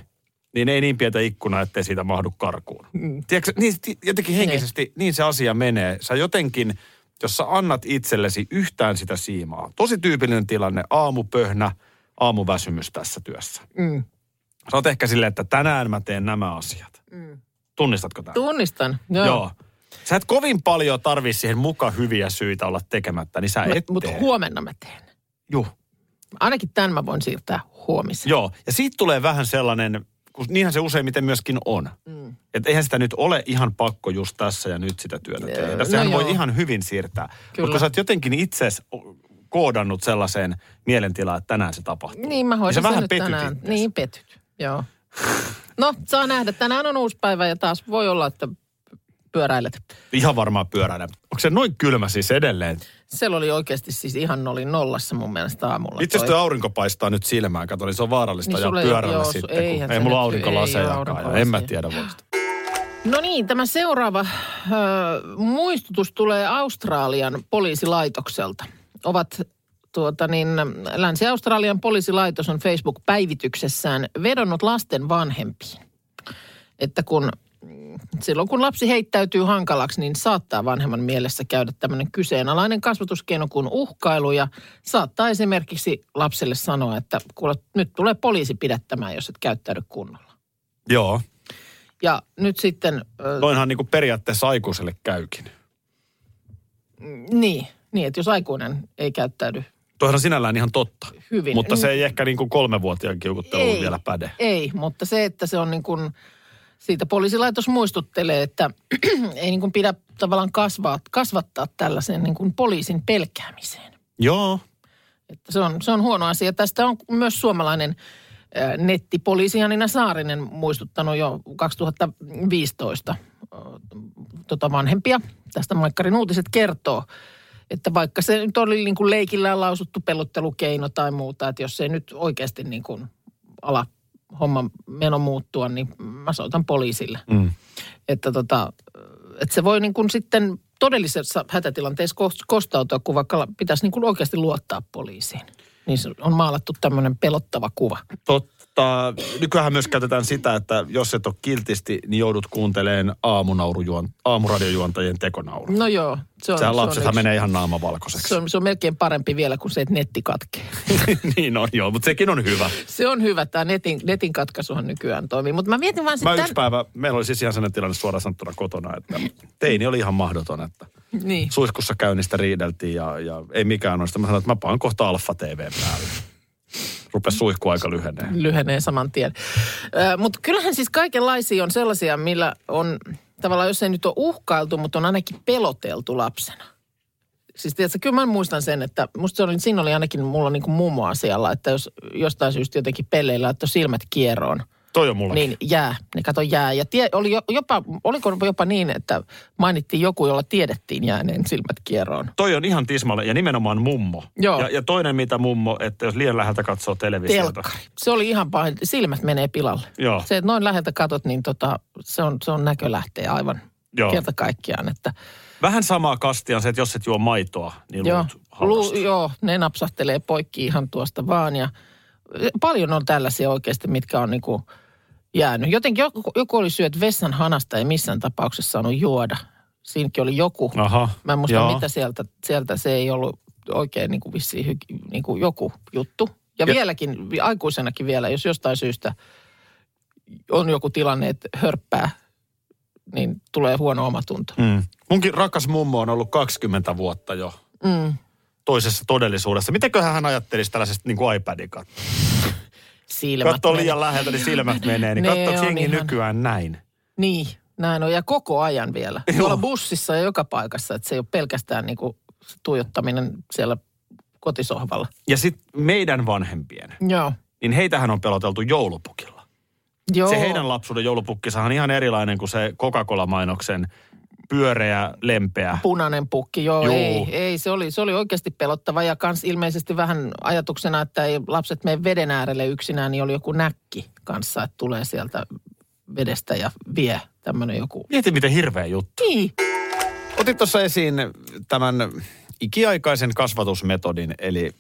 Speaker 2: niin ei niin pientä ikkunaa, ettei siitä mahdu karkuun. Mm. Tiedätkö, niin, ti- jotenkin henkisesti niin. niin se asia menee. Sä jotenkin, jos sä annat itsellesi yhtään sitä siimaa. Tosi tyypillinen tilanne, aamupöhnä, aamuväsymys tässä työssä.
Speaker 3: Mm.
Speaker 2: Sä oot ehkä silleen, että tänään mä teen nämä asiat. Mm. Tunnistatko tämän?
Speaker 3: Tunnistan. Joo.
Speaker 2: Joo. Sä et kovin paljon tarvii siihen muka hyviä syitä olla tekemättä, niin sä et
Speaker 3: Mutta
Speaker 2: tee.
Speaker 3: huomenna mä teen.
Speaker 2: Juh.
Speaker 3: Ainakin tämän mä voin siirtää huomiseen.
Speaker 2: Joo, ja siitä tulee vähän sellainen, kun niinhän se useimmiten myöskin on. Mm. Että eihän sitä nyt ole ihan pakko just tässä ja nyt sitä työtä
Speaker 3: Joo,
Speaker 2: tehdä.
Speaker 3: no
Speaker 2: Sehän voi
Speaker 3: joo.
Speaker 2: ihan hyvin siirtää. Mutta
Speaker 3: Kyllä.
Speaker 2: kun sä oot jotenkin itse koodannut sellaiseen mielentilaan, että tänään se tapahtuu.
Speaker 3: Niin mä hoisin
Speaker 2: se vähän
Speaker 3: nyt
Speaker 2: petytit
Speaker 3: tänään.
Speaker 2: itseäsi.
Speaker 3: Niin petyt,
Speaker 2: *laughs*
Speaker 3: joo. No, saa nähdä. Tänään on uusi päivä ja taas voi olla, että pyöräilet.
Speaker 2: Ihan varmaan pyöräilee. Onko se noin kylmä siis edelleen?
Speaker 3: Siellä oli oikeasti siis ihan oli nollassa mun mielestä aamulla.
Speaker 2: Itse
Speaker 3: toi.
Speaker 2: asiassa toi aurinko paistaa nyt silmään, kato, niin se on vaarallista
Speaker 3: Niin
Speaker 2: niin
Speaker 3: sulla
Speaker 2: ajaa
Speaker 3: ei-
Speaker 2: pyörällä
Speaker 3: joo, su-
Speaker 2: sitten,
Speaker 3: eihän
Speaker 2: kun ei
Speaker 3: se
Speaker 2: mulla
Speaker 3: nyt- ei
Speaker 2: aurinkolasejakaan. ja En mä
Speaker 3: aurinkolaseja.
Speaker 2: tiedä voista.
Speaker 3: No niin, tämä seuraava ö, muistutus tulee Australian poliisilaitokselta. Ovat tuota niin, Länsi-Australian poliisilaitos on Facebook-päivityksessään vedonnut lasten vanhempiin. Että kun, mm, silloin kun lapsi heittäytyy hankalaksi, niin saattaa vanhemman mielessä käydä tämmöinen kyseenalainen kasvatuskeino kuin uhkailu. Ja saattaa esimerkiksi lapselle sanoa, että kuule, nyt tulee poliisi pidättämään, jos et käyttäydy kunnolla.
Speaker 2: Joo,
Speaker 3: Ja nyt sitten... ö,
Speaker 2: noinhan niinku periaatteessa aikuiselle käykin.
Speaker 3: Niin, niin että jos aikuinen ei käyttäydy
Speaker 2: Toihan on sinällään ihan totta.
Speaker 3: hyvin. Mm.
Speaker 2: Mutta se ei ehkä niinku kolmenvuotiaan kiukutteluun
Speaker 3: Ei.
Speaker 2: vielä päde.
Speaker 3: Ei, mutta se, että se on niin kuin, siitä poliisilaitos muistuttelee, että *clears throat* ei niin kuin pidä tavallaan kasvaa, kasvattaa tällaisen niin kuin poliisin pelkäämiseen.
Speaker 2: Joo,
Speaker 3: Että se, on, se on huono asia. Tästä on myös suomalainen äh, nettipoliisi Janina Saarinen muistuttanut jo 2015 äh, tota vanhempia. Tästä Maikkarin uutiset kertoo, että vaikka se nyt oli niin kuin leikillään lausuttu pelottelukeino tai muuta, että jos ei nyt oikeasti niin kuin ala homman meno muuttua, niin mä soitan poliisille.
Speaker 2: Mm.
Speaker 3: Että, tota, että se voi niin kuin sitten todellisessa hätätilanteessa kos- kostautua, kun vaikka la- pitäisi niin kuin oikeasti luottaa poliisiin. Niin se on maalattu tämmöinen pelottava kuva.
Speaker 2: totta. Nykyään myös käytetään sitä, että jos et ole kiltisti, niin joudut kuunteleen aamunaurujuon, aamuradiojuontajien tekonauru.
Speaker 3: No joo, se on,
Speaker 2: Sehän
Speaker 3: se on,
Speaker 2: lapsethan
Speaker 3: yksi-
Speaker 2: menee ihan naamavalkoiseksi.
Speaker 3: se on, se on melkein parempi vielä kuin se, että netti katkee. *laughs*
Speaker 2: *laughs* niin on, joo, mutta sekin on hyvä.
Speaker 3: Se on hyvä, tämä netin, netin katkaisuhan nykyään toimii. Mutta mä mietin vaan
Speaker 2: Mä
Speaker 3: sitten...
Speaker 2: yksi päivä, meillä oli siis ihan sellainen tilanne suoraan sanottuna kotona, että teini oli ihan mahdoton, että
Speaker 3: Niin.
Speaker 2: suihkussa käynnistä riideltiin ja, ja ei mikään noista. Mä sanoin, että mä paan kohta Alfa TV päälle. Rupes suihku aika lyhenee.
Speaker 3: lyhenee saman tien. Mutta kyllähän siis kaikenlaisia on sellaisia, millä on tavallaan, jos ei nyt ole uhkailtu, mutta on ainakin peloteltu lapsena. Siis tiedätkö, kyllä mä muistan sen, että musta se oli, siinä oli ainakin mulla niin kuin mummo asialla, että jos jostain syystä jotenkin pelleillä laittoi silmät kieroon,
Speaker 2: Toi on mulla.
Speaker 3: niin jää, ne kato jää. Ja tie, oli jo, jopa, oliko jopa niin, että mainittiin joku, jolla tiedettiin jääneen silmät kieroon.
Speaker 2: Toi on ihan tismalle ja nimenomaan mummo.
Speaker 3: Joo.
Speaker 2: Ja, ja toinen mitä mummo, että jos liian läheltä katsoo televisiota.
Speaker 3: Telkkari. Se oli ihan pahin. Silmät menee pilalle.
Speaker 2: Joo.
Speaker 3: Se, että noin läheltä katot, niin tota, se, on, se on näkö lähtee aivan
Speaker 2: Joo.
Speaker 3: Joo. kerta kaikkiaan. Että,
Speaker 2: Vähän samaa kastia on se, että jos et juo maitoa, niin
Speaker 3: joo,
Speaker 2: luut halvastuu.
Speaker 3: joo, ne napsahtelee poikki ihan tuosta vaan. Ja paljon on tällaisia oikeasti, mitkä on niinku jäänyt. Jotenkin joku, joku oli syöt vessan hanasta ja missään tapauksessa saanut juoda. Siinäkin oli joku.
Speaker 2: Aha.
Speaker 3: Mä en muista,
Speaker 2: joo.
Speaker 3: mitä sieltä, sieltä se ei ollut oikein niin kuin vissiin hyk- niin kuin joku juttu. Ja,
Speaker 2: Ja-
Speaker 3: ja vieläkin, vi- aikuisenakin vielä, jos jostain syystä on joku tilanne, että hörppää, niin tulee huono omatunto.
Speaker 2: Mm. Munkin rakas mummo on ollut 20 vuotta jo
Speaker 3: Mm.
Speaker 2: toisessa todellisuudessa. Mitenköhän hän ajattelisi tällaisesta niin kuin iPadin kat-
Speaker 3: Silmät
Speaker 2: Katso
Speaker 3: menee.
Speaker 2: liian läheltä, niin
Speaker 3: *laughs*
Speaker 2: silmät menee. Niin
Speaker 3: Ne
Speaker 2: katso
Speaker 3: on
Speaker 2: jengi
Speaker 3: ihan-
Speaker 2: nykyään näin.
Speaker 3: Niin, näin on. Ja koko ajan vielä. Joo. Tuolla bussissa ja joka paikassa, että se ei ole pelkästään niin kuin se tuijottaminen siellä kotisohvalla.
Speaker 2: Ja sitten meidän vanhempien,
Speaker 3: Joo.
Speaker 2: niin heitähän on peloteltu joulupukilla.
Speaker 3: Joo.
Speaker 2: Se heidän lapsuuden joulupukkisahan on ihan erilainen kuin se Coca-Cola-mainoksen pyöreä, lempeä.
Speaker 3: Punainen pukki, joo,
Speaker 2: Juu.
Speaker 3: joo. Ei, ei, se oli, se oli oikeasti pelottava ja kans ilmeisesti vähän ajatuksena, että ei lapset mene veden äärelle yksinään, niin oli joku näkki kanssa, että tulee sieltä vedestä ja vie tämmöinen joku.
Speaker 2: Mieti, miten hirveä juttu.
Speaker 3: Niin,
Speaker 2: Otit tuossa esiin tämän ikiaikaisen kasvatusmetodin, eli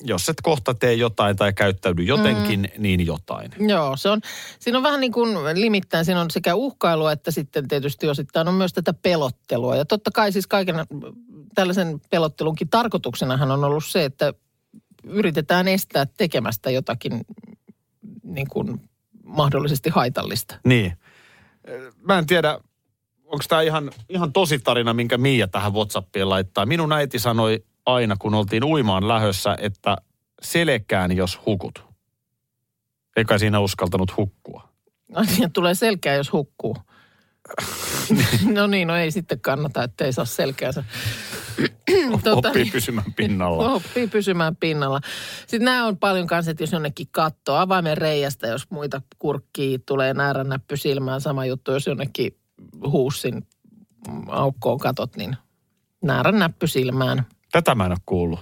Speaker 2: jos et kohta tee jotain tai käyttäydy jotenkin, mm. niin jotain.
Speaker 3: joo, se on, siinä on vähän niin kuin limittäin, siinä on sekä uhkailua että sitten tietysti osittain on myös tätä pelottelua. Ja totta kai siis kaiken tällaisen pelottelunkin tarkoituksenahan on ollut se, että yritetään estää tekemästä jotakin niin kuin mahdollisesti haitallista.
Speaker 2: Niin. Mä en tiedä, onko tämä ihan, ihan tosi tarina, minkä Miia tähän Whatsappiin laittaa. Minun äiti sanoi aina, kun oltiin uimaan lähössä, että selkään jos hukut. Eikä siinä uskaltanut hukkua.
Speaker 3: No siihen tulee selkää,
Speaker 2: *laughs*
Speaker 3: jos hukkuu. no niin, no ei sitten kannata, että ei saa selkäänsä. tota
Speaker 2: oppii
Speaker 3: niin.
Speaker 2: pysymään
Speaker 3: *laughs*
Speaker 2: pinnalla.
Speaker 3: Oppii pysymään pinnalla. Sitten nämä on paljon kanssa, että jos jonnekin kattoo avaimen reiästä, jos muita kurkkii, tulee näärännäppy silmään. Sama juttu, jos jonnekin huussin aukkoon katot, niin näärännäppy silmään.
Speaker 2: Tätä mä en ole kuullut.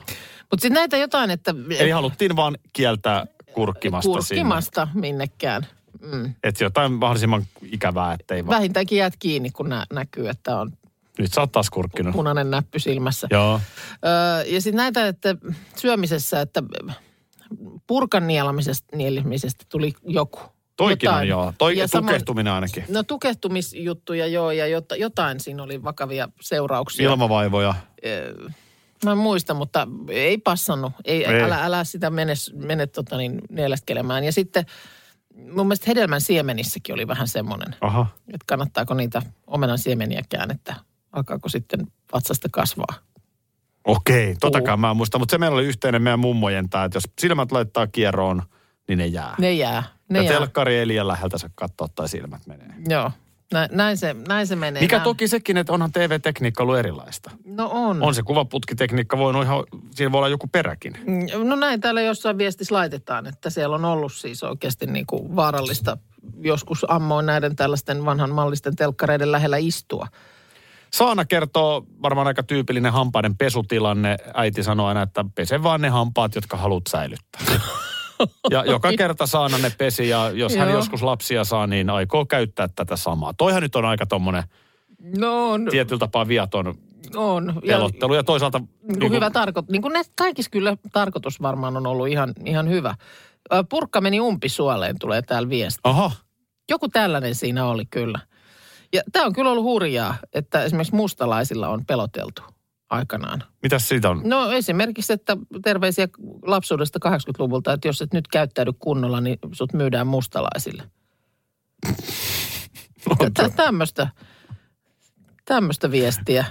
Speaker 3: Mutta sitten näitä jotain, että
Speaker 2: Eli haluttiin vaan kieltää kurkkimasta, kurkkimasta.
Speaker 3: kurkkimasta minnekään. Mm.
Speaker 2: Että jotain mahdollisimman ikävää, ettei vaan.
Speaker 3: Vähintäänkin jäät kiinni, kun nä- näkyy, että on
Speaker 2: Nyt sä oot taas kurkkinut.
Speaker 3: punainen näppy silmässä.
Speaker 2: Joo.
Speaker 3: Öö, ja sitten näitä, että syömisessä, että purkan nielamisesta, nielimisestä tuli joku.
Speaker 2: Toikin on
Speaker 3: Jotain.
Speaker 2: joo. Toi
Speaker 3: Ja samoin-
Speaker 2: tukehtuminen ainakin.
Speaker 3: No tukehtumisjuttuja joo, ja jot, jotain siinä oli vakavia seurauksia.
Speaker 2: Ilmavaivoja.
Speaker 3: Öö, Mä en muista, mutta ei passannut. Ei,
Speaker 2: Ei.
Speaker 3: ei. Älä, älä sitä mene, mene tota niin, nieläskelemään. Ja sitten mun mielestä hedelmän siemenissäkin oli vähän semmoinen,
Speaker 2: Aha.
Speaker 3: että kannattaako niitä omenan siemeniäkään, että alkaako sitten vatsasta kasvaa.
Speaker 2: Okei, totakaan mä en muista. Mutta se meillä oli yhteinen meidän mummojen tää, että jos silmät laittaa kieroon, niin ne jää.
Speaker 3: Ne jää. Ne
Speaker 2: ja
Speaker 3: jää.
Speaker 2: telkkari ei liian läheltä saa katsoa tai silmät menee.
Speaker 3: Joo, Nä, näin, se, näin se menee.
Speaker 2: Mikä
Speaker 3: Nää-
Speaker 2: toki sekin, että onhan TV-tekniikka ollut erilaista.
Speaker 3: No on.
Speaker 2: On se kuvaputkitekniikka, voi ihan, siinä voi olla joku peräkin.
Speaker 3: Mm, No näin täällä jossain viestissä laitetaan, että siellä on ollut siis oikeasti niin kuin vaarallista joskus ammoin näiden tällaisten vanhan mallisten telkkareiden lähellä istua.
Speaker 2: Saana kertoo varmaan aika tyypillinen hampaiden pesutilanne. Äiti sanoo aina, että pese vaan ne hampaat, jotka haluat
Speaker 3: *laughs*
Speaker 2: säilyttää. Ja joka kerta Saana ne pesi ja jos hän
Speaker 3: Joo.
Speaker 2: joskus lapsia saa, niin aikoo käyttää tätä samaa. Toihan nyt on aika tommonen
Speaker 3: No on,
Speaker 2: tietyllä tapaa viaton
Speaker 3: on.
Speaker 2: pelottelu ja toisaalta...
Speaker 3: niin
Speaker 2: niinku-
Speaker 3: kuin hyvä tarkoitus. Niin kuin näissä kaikissa kyllä tarkoitus varmaan on ollut ihan, ihan hyvä. Ö, Purkka meni umpisuoleen, tulee täällä viesti.
Speaker 2: Aha,
Speaker 3: Joku tällainen siinä oli kyllä. Ja tämä on kyllä ollut hurjaa, että esimerkiksi mustalaisilla on peloteltu aikanaan.
Speaker 2: mitäs siitä on?
Speaker 3: No esimerkiksi, että terveisiä lapsuudesta 80-luvulta, että jos et nyt käyttäydy kunnolla, niin sut myydään mustalaisille.
Speaker 2: *laughs*
Speaker 3: Tä- Tämmöistä, tämmöistä viestiä.